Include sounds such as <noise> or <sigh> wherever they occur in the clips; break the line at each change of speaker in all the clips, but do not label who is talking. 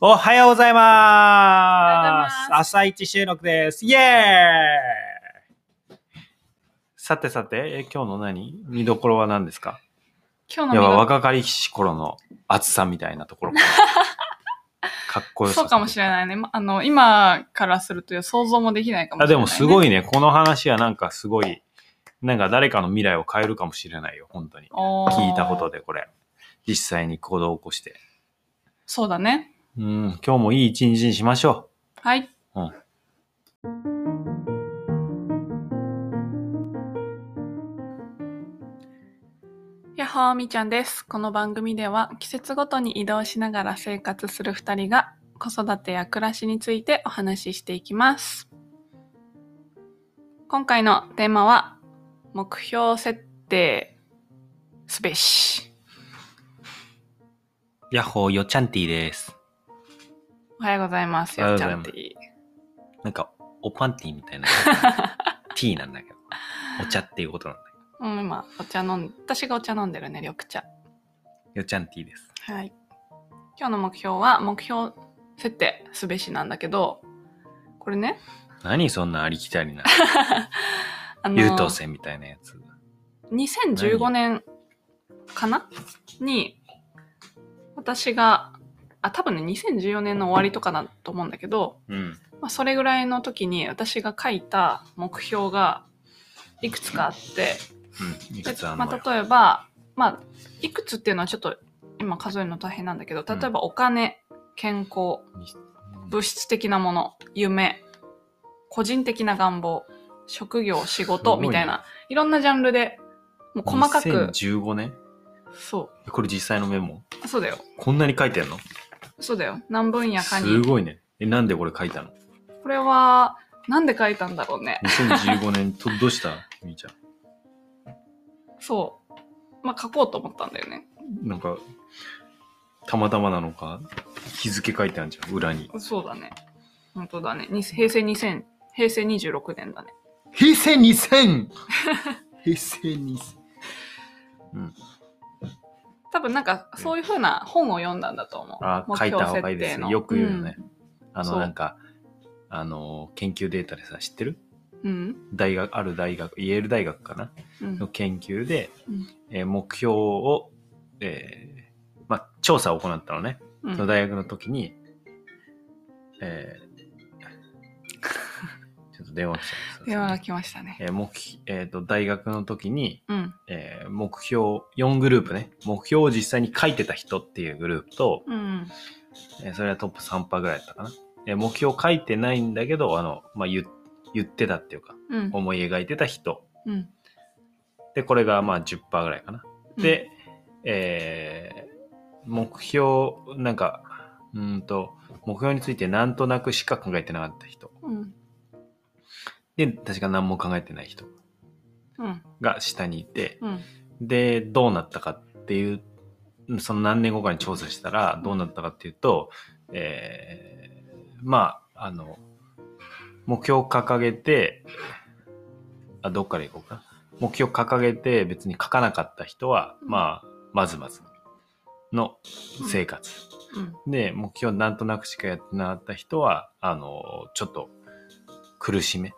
おはようございま
おはようござい
す。朝一収録です。イエーイさてさて、え今日の何見どころは何ですか
今日
やば
の見ど
若かりし頃の暑さみたいなとこ
<laughs>
ろかかっこよさ
そうかもしれ
い。
ないね。まあの、今からすると想像もできないかもしれ
あで
ない、
もすご
い。
いね、この話はなんかすごい、なんか誰かの未来を変えるかもしれないよ、本当に。
おー
聞いたことでこれ。実際に行動を起こして。
そうだね。
うん、今日もいい一日にしましょ
はい。やっほーみーちゃんです。この番組では季節ごとに移動しながら生活する2人が子育てや暮らしについてお話ししていきます。今回のテーマは目標設定すべし。
う。ヤッホー、よちゃんティーです。
おはようございます。
おはようご
よっち
ざい
ゃ
ま
ん
す
ティー。
なんか、おパンティーみ <laughs> たいな。ティーなんだけど。お茶っていうことなんだけ
うん、今、お茶飲ん、私がお茶飲んでるね、緑茶。
ど。よちゃんティーです。
はい。今日の目標は、目標設定すべしなんだけど、これね、 <laughs>
何そんなありきたりな、
あの
優等生みたいなやつ。
2015年かなに、私が、あ、多分ね、2014年の終わりとかだと思うんだけど、
うん。
まあ、それぐらいの時に私が書いた目標がいくつかあって、
うん。い
で
くつあんの
ま
よ。
あ、例えば、まあ、いくつっていうのはちょっと今数えるの大変なんだけど例えばお金、健康物質的なもの夢個人的な願望職業仕
すご
事
いね
みたいないろんなジャンルでもう細かく
2015年
そ
これ実際のメモ
うそうだよ
こんなに書いてんの
そうだよ何分野か
す
に
ごいね。え、なんでこれ書いたの
これはなんで書いたんだろうね
?2015 年、とどう <laughs> したみーちゃ
そうまあ書こうと思ったんだよね
ん。なんか、たまたまなのか、日付書いてあるじゃん、裏に。
そうだね本当だねに平成2000平成26年だね
平成 2000! 平成2000。
多分なんかそういう風な本を読んだんだと思う。
あ
目
書い
標
た方がいいです
設定
ね。
の
よく言うよね。。あ
そ
の、
う
なんか、あの、研究データでさ、知ってる
うん。
大学、ある大学、イェール大学かな
うん
の研究で、
うん
えー目標を、えーまあ、調査を行ったのね。
うん
の大学の時に、えー <laughs> ちょっと電話来ちゃいました
電話が来ましたね。
えー目標えーと大学の時に、
うん。
えー目標4グループね目標を実際に書いてた人っていうグループと、
うん。
えーそれはトップ3パーぐらいだったかな、えー目標を書いてないんだけどあの、まあ、言言ってたっていうか
うん。
思い描いてた人
うん。
でこれがまあ10%ぐらいかなで、えー目標、なんか、うーんと、目標についてなんとなくしか考えてなかった人。
うん。
で、確か何も考えてない人
うん。
が下にいて、
うん。
で、どうなったかっていう、その何年後かに調査したら、どうなったかっていうと、えーまあ、あの、目標を掲げて、あ、どっから行こうか。目標を掲げて別に書かなかった人は、
うん
まあ、まずまずの生活。
うん。
で、目標なんとなくしかやってなかった人は、あの、ちょっと苦しめ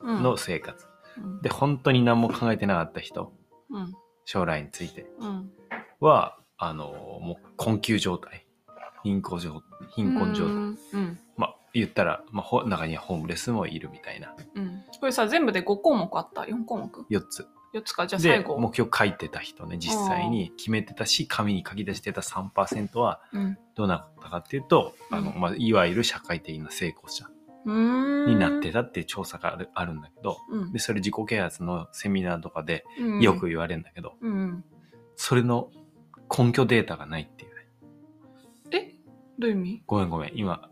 うん。
の生活。
うん。
で、本当に何も考えてなかった人、
うん。
将来について
うん。
は、あの、もう困窮状態。貧困状貧困状態。
うん。
まあ、言ったら、まあほ、中にはホームレスもいるみたいな。
うん。これさ、全部で5項目あった ?4 項目
4つ。
?4 つか。じゃあ
で
最、後。
目標書いてた人ね、実際に決めてたし、紙に書き出してた3%は、
うん。
どうなったかっていうと、あの、
うん
まあ、いわゆる社会的な成功者。
うーん。
になってたっていう調査があるあるんだけど、
うん
で、それ自己啓発のセミナーとかで
うん。
よく言われるんだけど、
うん。
それの根拠データがないっていうね。
えどういう意味
ごめんごめん、今。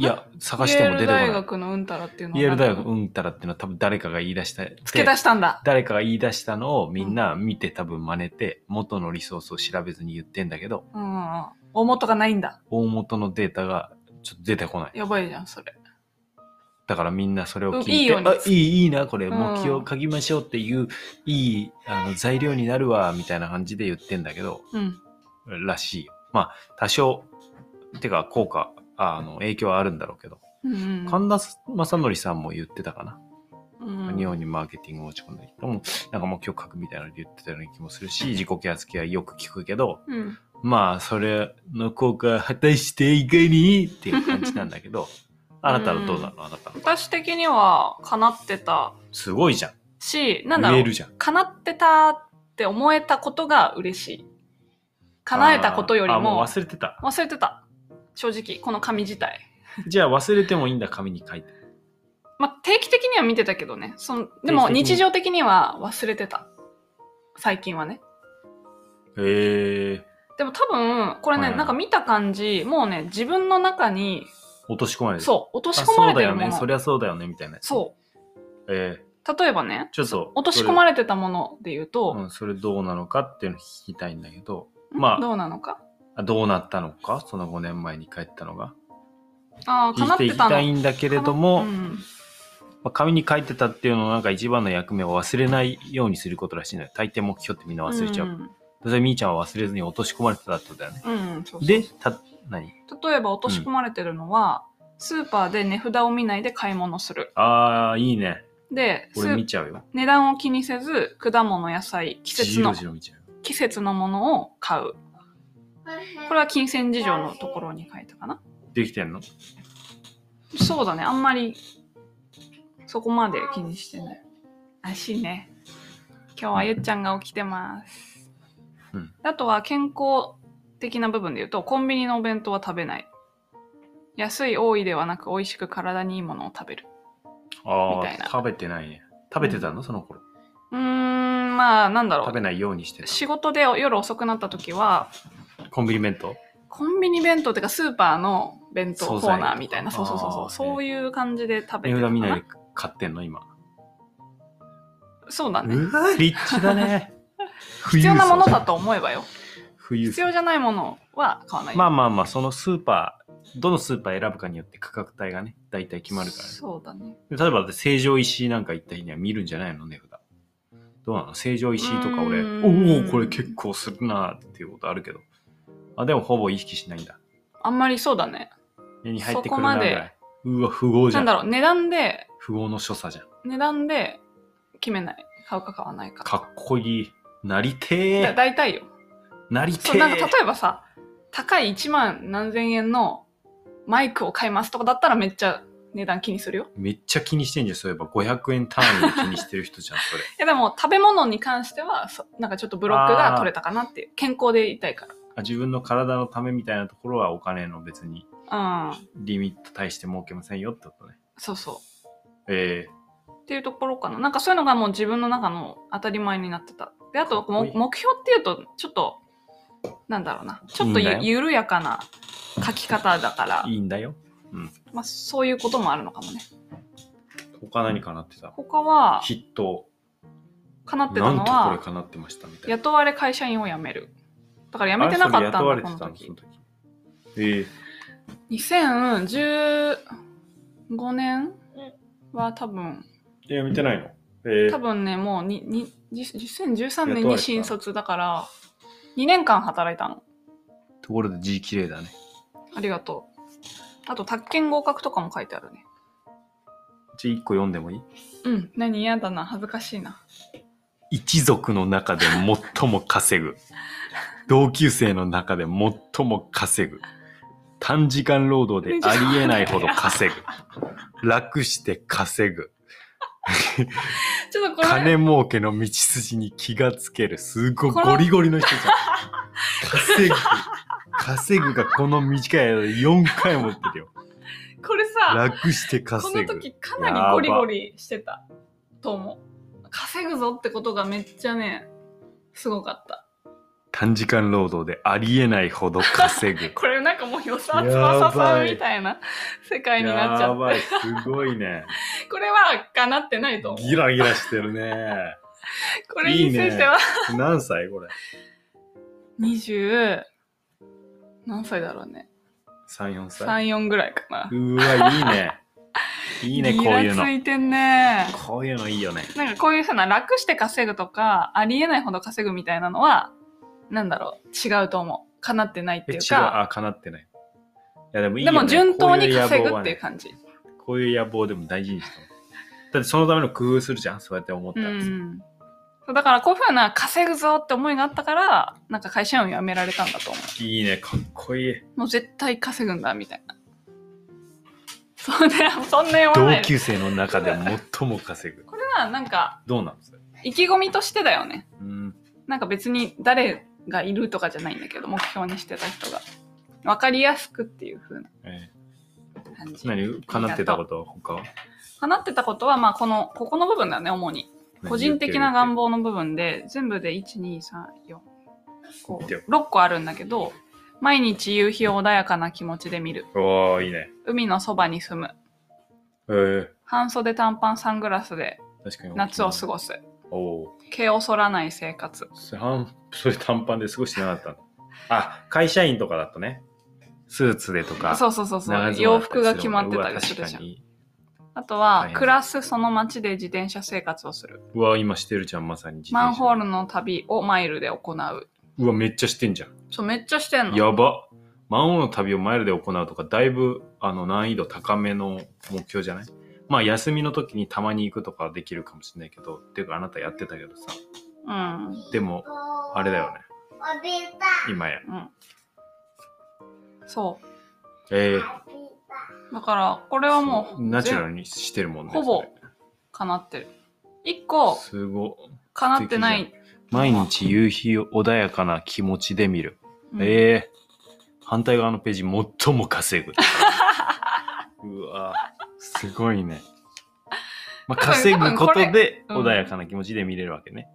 いや、探しても出てこな
イェール大
い。
学のうんたらっていうのは
イェール大学
なんだ
うんたらっていうのは多分誰かが言い出した。
付け出したんだ。
誰かが言い出したのをみんな見て多分真似て、元のリソースを調べずに言ってんだけど、
うん。大元がないんだ。
大元のデータがちょっと出てこない。
やばいじゃん、それ。
だからみんなそれを聞いて、
うんいいように
あいい、いいな、これ、
うん
目標を書きましょうっていう、いいあの材料になるわ、みたいな感じで言ってんだけど、
うん。
らしいよ。まあ、多少、てか効果ああの影響はあるんだろうけど、
うんうん
神田正則さんも言ってたかな、
うん
日本にマーケティングを持ち込んだ人もなんかもう今日書くみたいなの言ってたような気もするし自己啓発系はよく聞くけど
うん
まあそれの効果は果たしていかにっていう感じなんだけ
<laughs>
どあなたはどうなのあなたは
私的には叶ってた
すごいじゃん
し、なんだ
言
ろ
え
う
る、じゃん
叶ってたって思えたことが嬉しい。叶えたことより
あーあも
も
う忘れてた
忘れてた。正直、この紙自体。
じゃあ忘れてもいいんだ紙に書い
<laughs>
て
まあ、定期的には見てたけどね。そので
定期
も、
的に
日常的には忘れてた。最近はね。
へえ
でも多分、これね、
はいはい
なんか見た感じ、もうね、自分の中に、
落とし込まれてう
そう、落とし
あ
込ま
そ
れ
うだ
てる
よ
もの。
ねそりゃそうだよねみたいな
そう
え
う。例えばね
ー、ちょっと
落とし込ま
れ
れてたもので言うと、
うん、それどうなのかっていうのを聞きたいんだけど
ん
まあ
どうなのか
あどうなったのかその5年前に帰ったのが
ああ、
聞
叶
い
って
い
て
き
たの。
たいんだけれども、
うん
まあ、紙に書いてたっていうののなんか一番の役目を忘れないようにすることらしいのよ大抵目標ってみんな忘れちゃう、
ん
それみーちゃんは忘れずに落とし込まれてたってことだよね
うん、うんそうそう
でた何
例えば落とし込まれてるのは、スーパーで値札を見ないで買い物する。
あーいいね
で、ス
俺見
ー
ちゃうよ
値段を気にせず、果物、野菜、季節
じ
の
ろじ、ろ見ちゃうよ
季節のものを買う。こ
こ
れ
れ
は金銭事情のところに書いたかな。
できてんの
そうだね、あんまり、そこまで気にしてない。足ね。今日はゆっちゃんが起きてます。
うん
あとは健康的な部分で言うと、コンビニのお弁当は食べない。安い多いではなく、美味しく体にいいものを食べる。
あ
みたいな
あ食べてないね食べてたのその頃
うーん、まあ、なんだろ
食べ
う。
ないようにして
仕事で夜遅くなった時は、
たコンビニ弁当
コンビニ弁当っていうかスーパーの弁当コ
惣菜
ーナーみたいな、そうそうそう
あ
そ
ー
う、そういう感じで食べ
値
てたか
札見
な
ないで買ってんの今
そうだね。
うわリッチだね必
必要なものだと思えばよ。
富裕
必
層
要じゃないものは買わない。
まあまあまあそのスーパーどのスーパー選ぶかによって価格帯がね大体決まるからね
そうだね。
で例えばだって成城石井なんか行った日には見るんじゃないの値札どうなの成城石井とか俺
う
お
ーん
おこれ結構するなーっていうことあるけどあでもほぼ意識しないんだ
あんまりそうだね。
目に入ってくるな
そこま
ぐ
で
らいうわ富豪じゃ
な
ん
んだろう、値段で、
富豪の所作じゃん
値段で決めない。買うか買わないか。
かっこいいなり
い
て
や
ー
大体よ。
なりて
そう、なんか
ー
例えばさ、高い1万何千円のマイクを買いますとかだったらめっちゃ値段気にするよ。
めっちゃ気にしてんじゃんそういえば500円単位で気にしてる人じゃんそれ
いやでも食べ物に関してはそなんかちょっとブロックが取れたかなっていう健康でいたいか
あ自分の体のためみたいなところはお金の別に
らうん
リミット対して設けませんよってことね
そうそ
ええ
うっていうところかななんかそういうのがもう自分の中の当たり前になってたであと
かっこ
も
いい
目標っていうとちょっとなんだろうなちょっと
いいんだ
ゆ
よ
緩やかな書き方だから
いいんだよ
まあ、そういうこともあるのかもね
他何かなってた
他は
筆頭
叶ってた
なん
の
とこれ
は
かなってましたみたいな。
雇われ会社員を辞めるだから辞めてなかったんだ
あれそれ
こ
雇
の
われて
時
たのその時。ええ
2015年は多分
いや、見てないの。ええ
多分ね、もうににじ2013年
雇われて
に
た
新卒だから、2年間働いたの。
ところで字綺麗だね。
ありがとう。あと、宅建合格とかも書いてあるね。
字一個読んでもいい
うん。何嫌だな。恥ずかしいな。
一族の中で最も稼 <laughs> ぐ。同級生の中で最も稼ぐ。短時間労働でありえないほど稼ぐ。楽して稼ぐ。
ちょっとこれ、
金儲けの道筋に気がつける。すごいゴリゴリの人じ
<laughs>
ゃん。稼ぐ。稼ぐがこの短い間で4回も言ってるよ。
これさ、
楽して
こ
稼
の
ぐ。
時かなりゴリゴリしてたと思う。稼ぐぞってことがめっちゃね、すごかった。。
短時間労働でありえないほど稼ぐ
これなんかもう与沢
やばい
翼さんみたいな <laughs> 世界になっちゃ
や
っ
ばい、すごいね。
て。これはかなってないと思う。
ギラギラしてるね。
これについては
何歳これ
20何歳だろうね
?3、4歳
34ぐらいかな
うわ、いい
<laughs>
ね。いいね、こういう
ギラつ
の。
いてんね
こういうのいいよね。
なんかこういうふうな楽して稼ぐとかありえないほど稼ぐみたいなのはなんだろう違うと思うかなってないって
え、違
いう
う、
か
あ、かなってない。やでもいい
で
よね
も順当に稼ぐっていう
こ
感じ。
ういう野望はねこういう野望でも大事にしてだってそのための工夫するじゃんそうやって思った
う
らさ、
ん。そうだからこういうふうな稼ぐぞって思いがあったから、なんか会社員を辞められたんだと思。
いいねかっこいいう
もう絶対稼ぐんだみたいな。そんな、そんな言わな
同
い。
級生の中で最も稼ぐ
これはなんか
どうなのそれ
意気込みとしてだよね。
うん
なんか別に誰がいるとかじゃないんだけど、目標にしてた人が。わかりやすくっていう風な
え
感じ。
ー、何かなってたことは他は
叶ってたことは、まあ、この、ここの部分だよね、主に。個人的な願
望
望の部分で、全部で1、2、3、4、
言ってよ
5、6個あるんだけど、毎日夕日を穏やかな気持ちで見る。
おおいいね
海のそばに住む。
えー、
半袖短パンサングラスで
確かに
夏を過ごす。
おお
毛を剃らない生活。
三それ短パンで過ごしてなかったのあ会社員とかだとねスーツでとか
そうそうそうそ
長
う。
ズボン
洋
だったり
服が決まってたりする
うわ確か
じゃん。
に
あと
大
は
変、だ
暮らすその街で自転車生活をする。
うわ今してるじゃんまさに自転車
マンホールの旅をマイルで行う。
うわめっちゃしてんじゃん
そう、めっちゃしてん
<laughs>
の。
やばマンホールの旅をマイルで行うとかだいぶあの難易度高めの目標じゃないまあ休みの時にたまに行くとかはできるかもしれないけどっていうかあなたやってたけどさ
うん。
でもあれだよね
おびた。
今や
うん。そ
え
う。だから、これ
え
はもう、
ナチュラルにしてるもんね
ほぼ叶ってる。一個、
それすごい
叶ってない。
毎日夕日を穏やかな気持ちで見る。
うん
ええ反対側のページ、最も稼
<laughs>
ぐ。うわすごいね。まあ、
多分
稼ぐことで
多分これ
穏
うん
やかな気持ちで見れるわけね。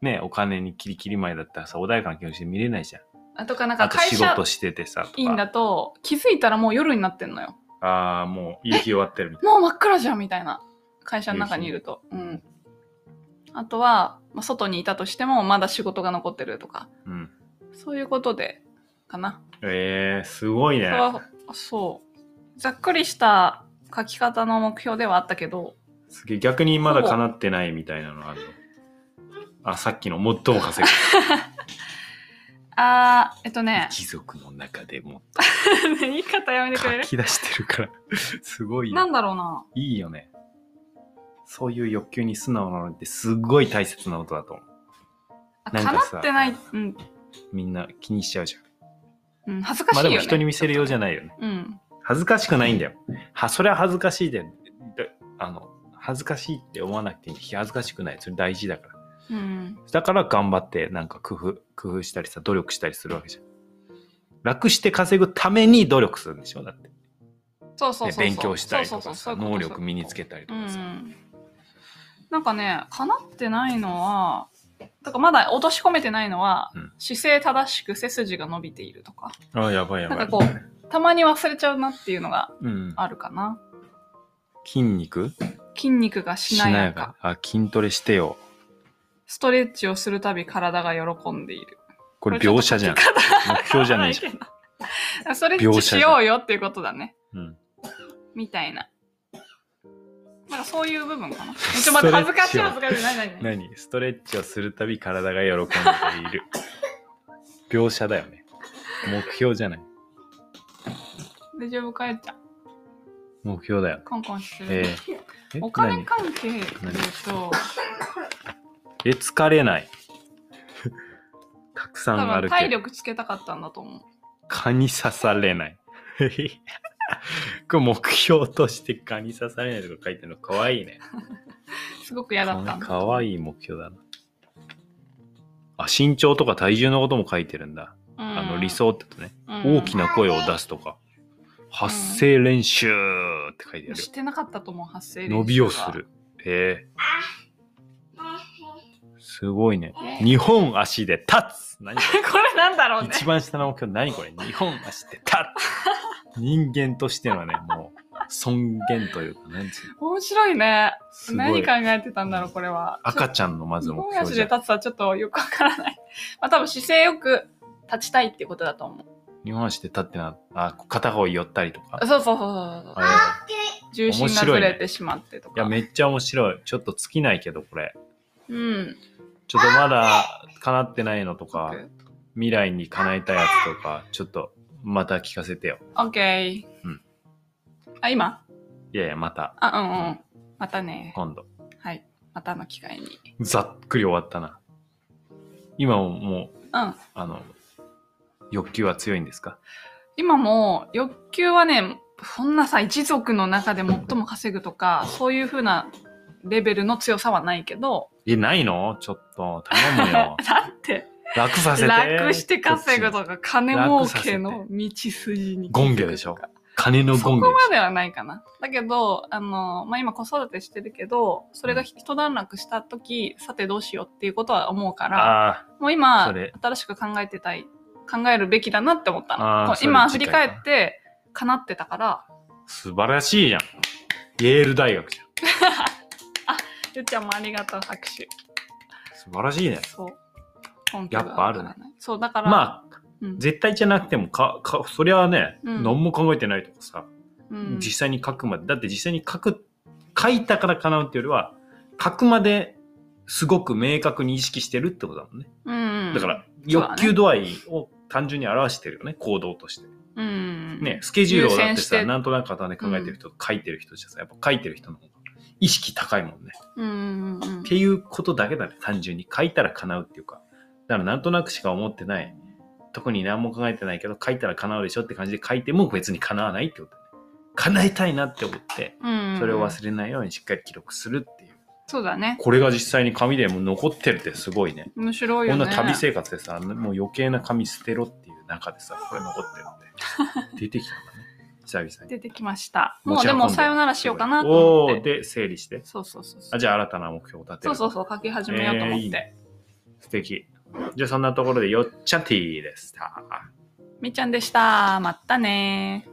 ねお金にキリキリ前だったらさ、穏やかな気持ちで見れないじゃん。
あとか、なん
あ
か
と
会
仕
社
事しててさ、とか
員だと、気づいたらもう夜になってんのよ。
ああ、もう夕日終わってるみ
<laughs>
たい
もう真っ暗じゃんみたいな。会社の中にいると。う
な。
ん。あとは、まあ、外にいたとしても、まだ仕事が残ってるとか。
うん。うん。
そういうことで、かな。
ええすごいね
そ。れは、そう。ざっくりした書き方の目標ではあったけど、
すげえ逆にまだ叶ってないみたいなのあるのあ、さっきの最も稼ぐ。
あー、えっ
<laughs>
と <laughs> ね、
貴族の中でも
言い方やめてくれる
書き出してるから <laughs> すごい
な
よ
んだろうない
いよねそういう欲求に素直なのってすごい大切なことだと思う
あ
なん
叶
かさ
ってない、うん、
みんな気にしちゃうじゃん
うん、恥ずかし
まあ
いよ
で
ね。
も人に見せるようじゃないよね
うん。
恥ずかしくないんだよはそれは恥ずかしいでだあの恥ずかしいって思わなくていい恥ずかしくないそれ大事だから
うん。
だから頑張ってなんか工夫工夫したりさ努力したりするわけじゃん楽して稼ぐために努力するんでしょだって、ね
そうそうそうそう。
勉強したりと
そう
か
そうそう
さ
そういうこ
能
と
力身につけたりと
う
かさ、
ん。なんかね、叶ってないのは、だからまだ落とし込めてないのは、
うん
姿勢正しく背筋が伸びているとか、
あやばいやばい
なんかこたまに忘れちゃうなっていうのが
うん、
あるかな。
筋肉
筋肉がしなやか。
あ筋トレしてよ
ストレッチをするたび体が喜んでいる。
これ
これちょっ
描
と
写じゃん目標じゃね
<laughs>
えじゃん、
ん。ストレッチしようよっていうことだね。
うん、
みたいな。なんかそういう部分
<laughs>
かな。ちょ、待って、恥ずかしい恥ずかしい。何何何
何ストレッチをするたび体が喜んでいる描写だよね目標じゃない
大丈夫かえっちゃん。
目標だよ
コンコンしてる。
え
<laughs>
ーえ
お金関係で言うと、
何え疲れない <laughs> たくさ
多
ん歩
分
け
体
る
力つけたかったんだと思う。
蚊に刺されない <laughs> これ目標として蚊に刺されないとか書いてるのかわいいね
すごく嫌だったんだ。
かわいい目標だな。あ、身長とか体重のことも書いてるんだ。
うん
あの、理、想ってとね、
うん
大きな声を出すとか、発声練習って書いてあるよ
し。てなかったと思う、発声練習は
伸びをす。る。へえすごいね。
ね
日本足で立つ何こ
これなんだろう
れ
ね。
一番下の目標、何これ日本足で立つ人間としてはね、もう、尊厳というか、なんつうの
面白いね。
すご
何
い
考。えてたんだろう、これは。
赤ちゃんのま
ち
ず
ょっと
目
本
標
足
じ
で
ゃん
立つはちょっとよくわからない。まあ多分姿勢よく立ちたいってことだと思う。
日本足で立ってな、あ、片方寄ったりとか。
そうそうそうそうそう。
あ
重心がずれてしまってと
いや、
か。
めっちゃ面白い。ちょっと尽きないけど、これ。
うん。
ちょっとまだ叶ってないのとか
う、ん
未来に叶えたいやつとか、ちょっとまた聞かせてよ。
OK。
うん
あ、今
いやいや、また、
あ、うんうん。またね。
今度。
はい。またの機会に。
ざっくり終わったな。今ももう、
うん。
あの、欲求は強いんですか
今も欲求はね、そんなさ、一族の中で最も稼ぐとか、そういうふうなレベルの強さはないけど、。
え、ないのちょっと、頼むよ
<laughs> だって、
楽させて。
楽して稼ぐ
こっ
とか、金儲けの道筋に。
ゴンゲでしょち。金の
そ
ゴ
こ
ンゲ
ま
でし
ではないかな。だけど、あの、まあ、今子育てしてるけど、それが一段落した時、さてどうしようっていうことは思うか
ょ。
ら、
ああ、
もう今
それ、
新しく考えてたい、考えるべきだなって思った
あー
の。こう
それ
今振
次
り
回か
返って、叶ってたから、
素晴らしいじゃん。イェール大学じゃん。
ゆっちゃんもありがとう、拍手。
素晴らしいね。
そう。根拠が
やっぱあるね
わからない。そう、だから、
まあ、
うん
絶対じゃなくても、か、か、そりゃあね、
うん
何も考えてないとかさ、
うん
実際に書くまで、だって実際に書く、書いたから叶うっていうよりは、書くまですごく明確に意識してるってことだもんね。
うん
だから、
そうだね
欲求度合いを単純に表してるよね、行動として。
うん、
ね、スケジュールをだっ
優
て
先して
さ、なんとなく頭で考えてる人と書いてる人じゃさ、やっぱ書いてる人の方が意識高いもんね。
うんうんうん
っていうことだけだね、単純に。書いたら叶うっていうか。だからなんとなくしか思ってない。特に何も考えてないけど、書いたら叶うでしょって感じで書いても別に叶わないってことだね。叶えたいなって思って、
うんうん
それを忘れないようにしっかり記録するっていう。
そうだね
これが実際に紙でもう残ってるってすごいね。
面白い
こ
よ
ん
ね
な旅生活でさ、もう余計な紙捨てろっていう中でさ、これ残ってるん
<laughs>
で。出てきたんだね。久々に。
出てきました
持
もう
ち運ん
で
で
もさよならしようかなと
お
思っ
ー、
て
で、整理して。
そうそうそうそ
あ、
う
じゃあ新たな目標を立て
そ
る。
うそうそう書き始めようと思
え
って、
ーいいね素敵。じゃあそんなところでよっちゃティーでした。
みーちゃんでしたまったねー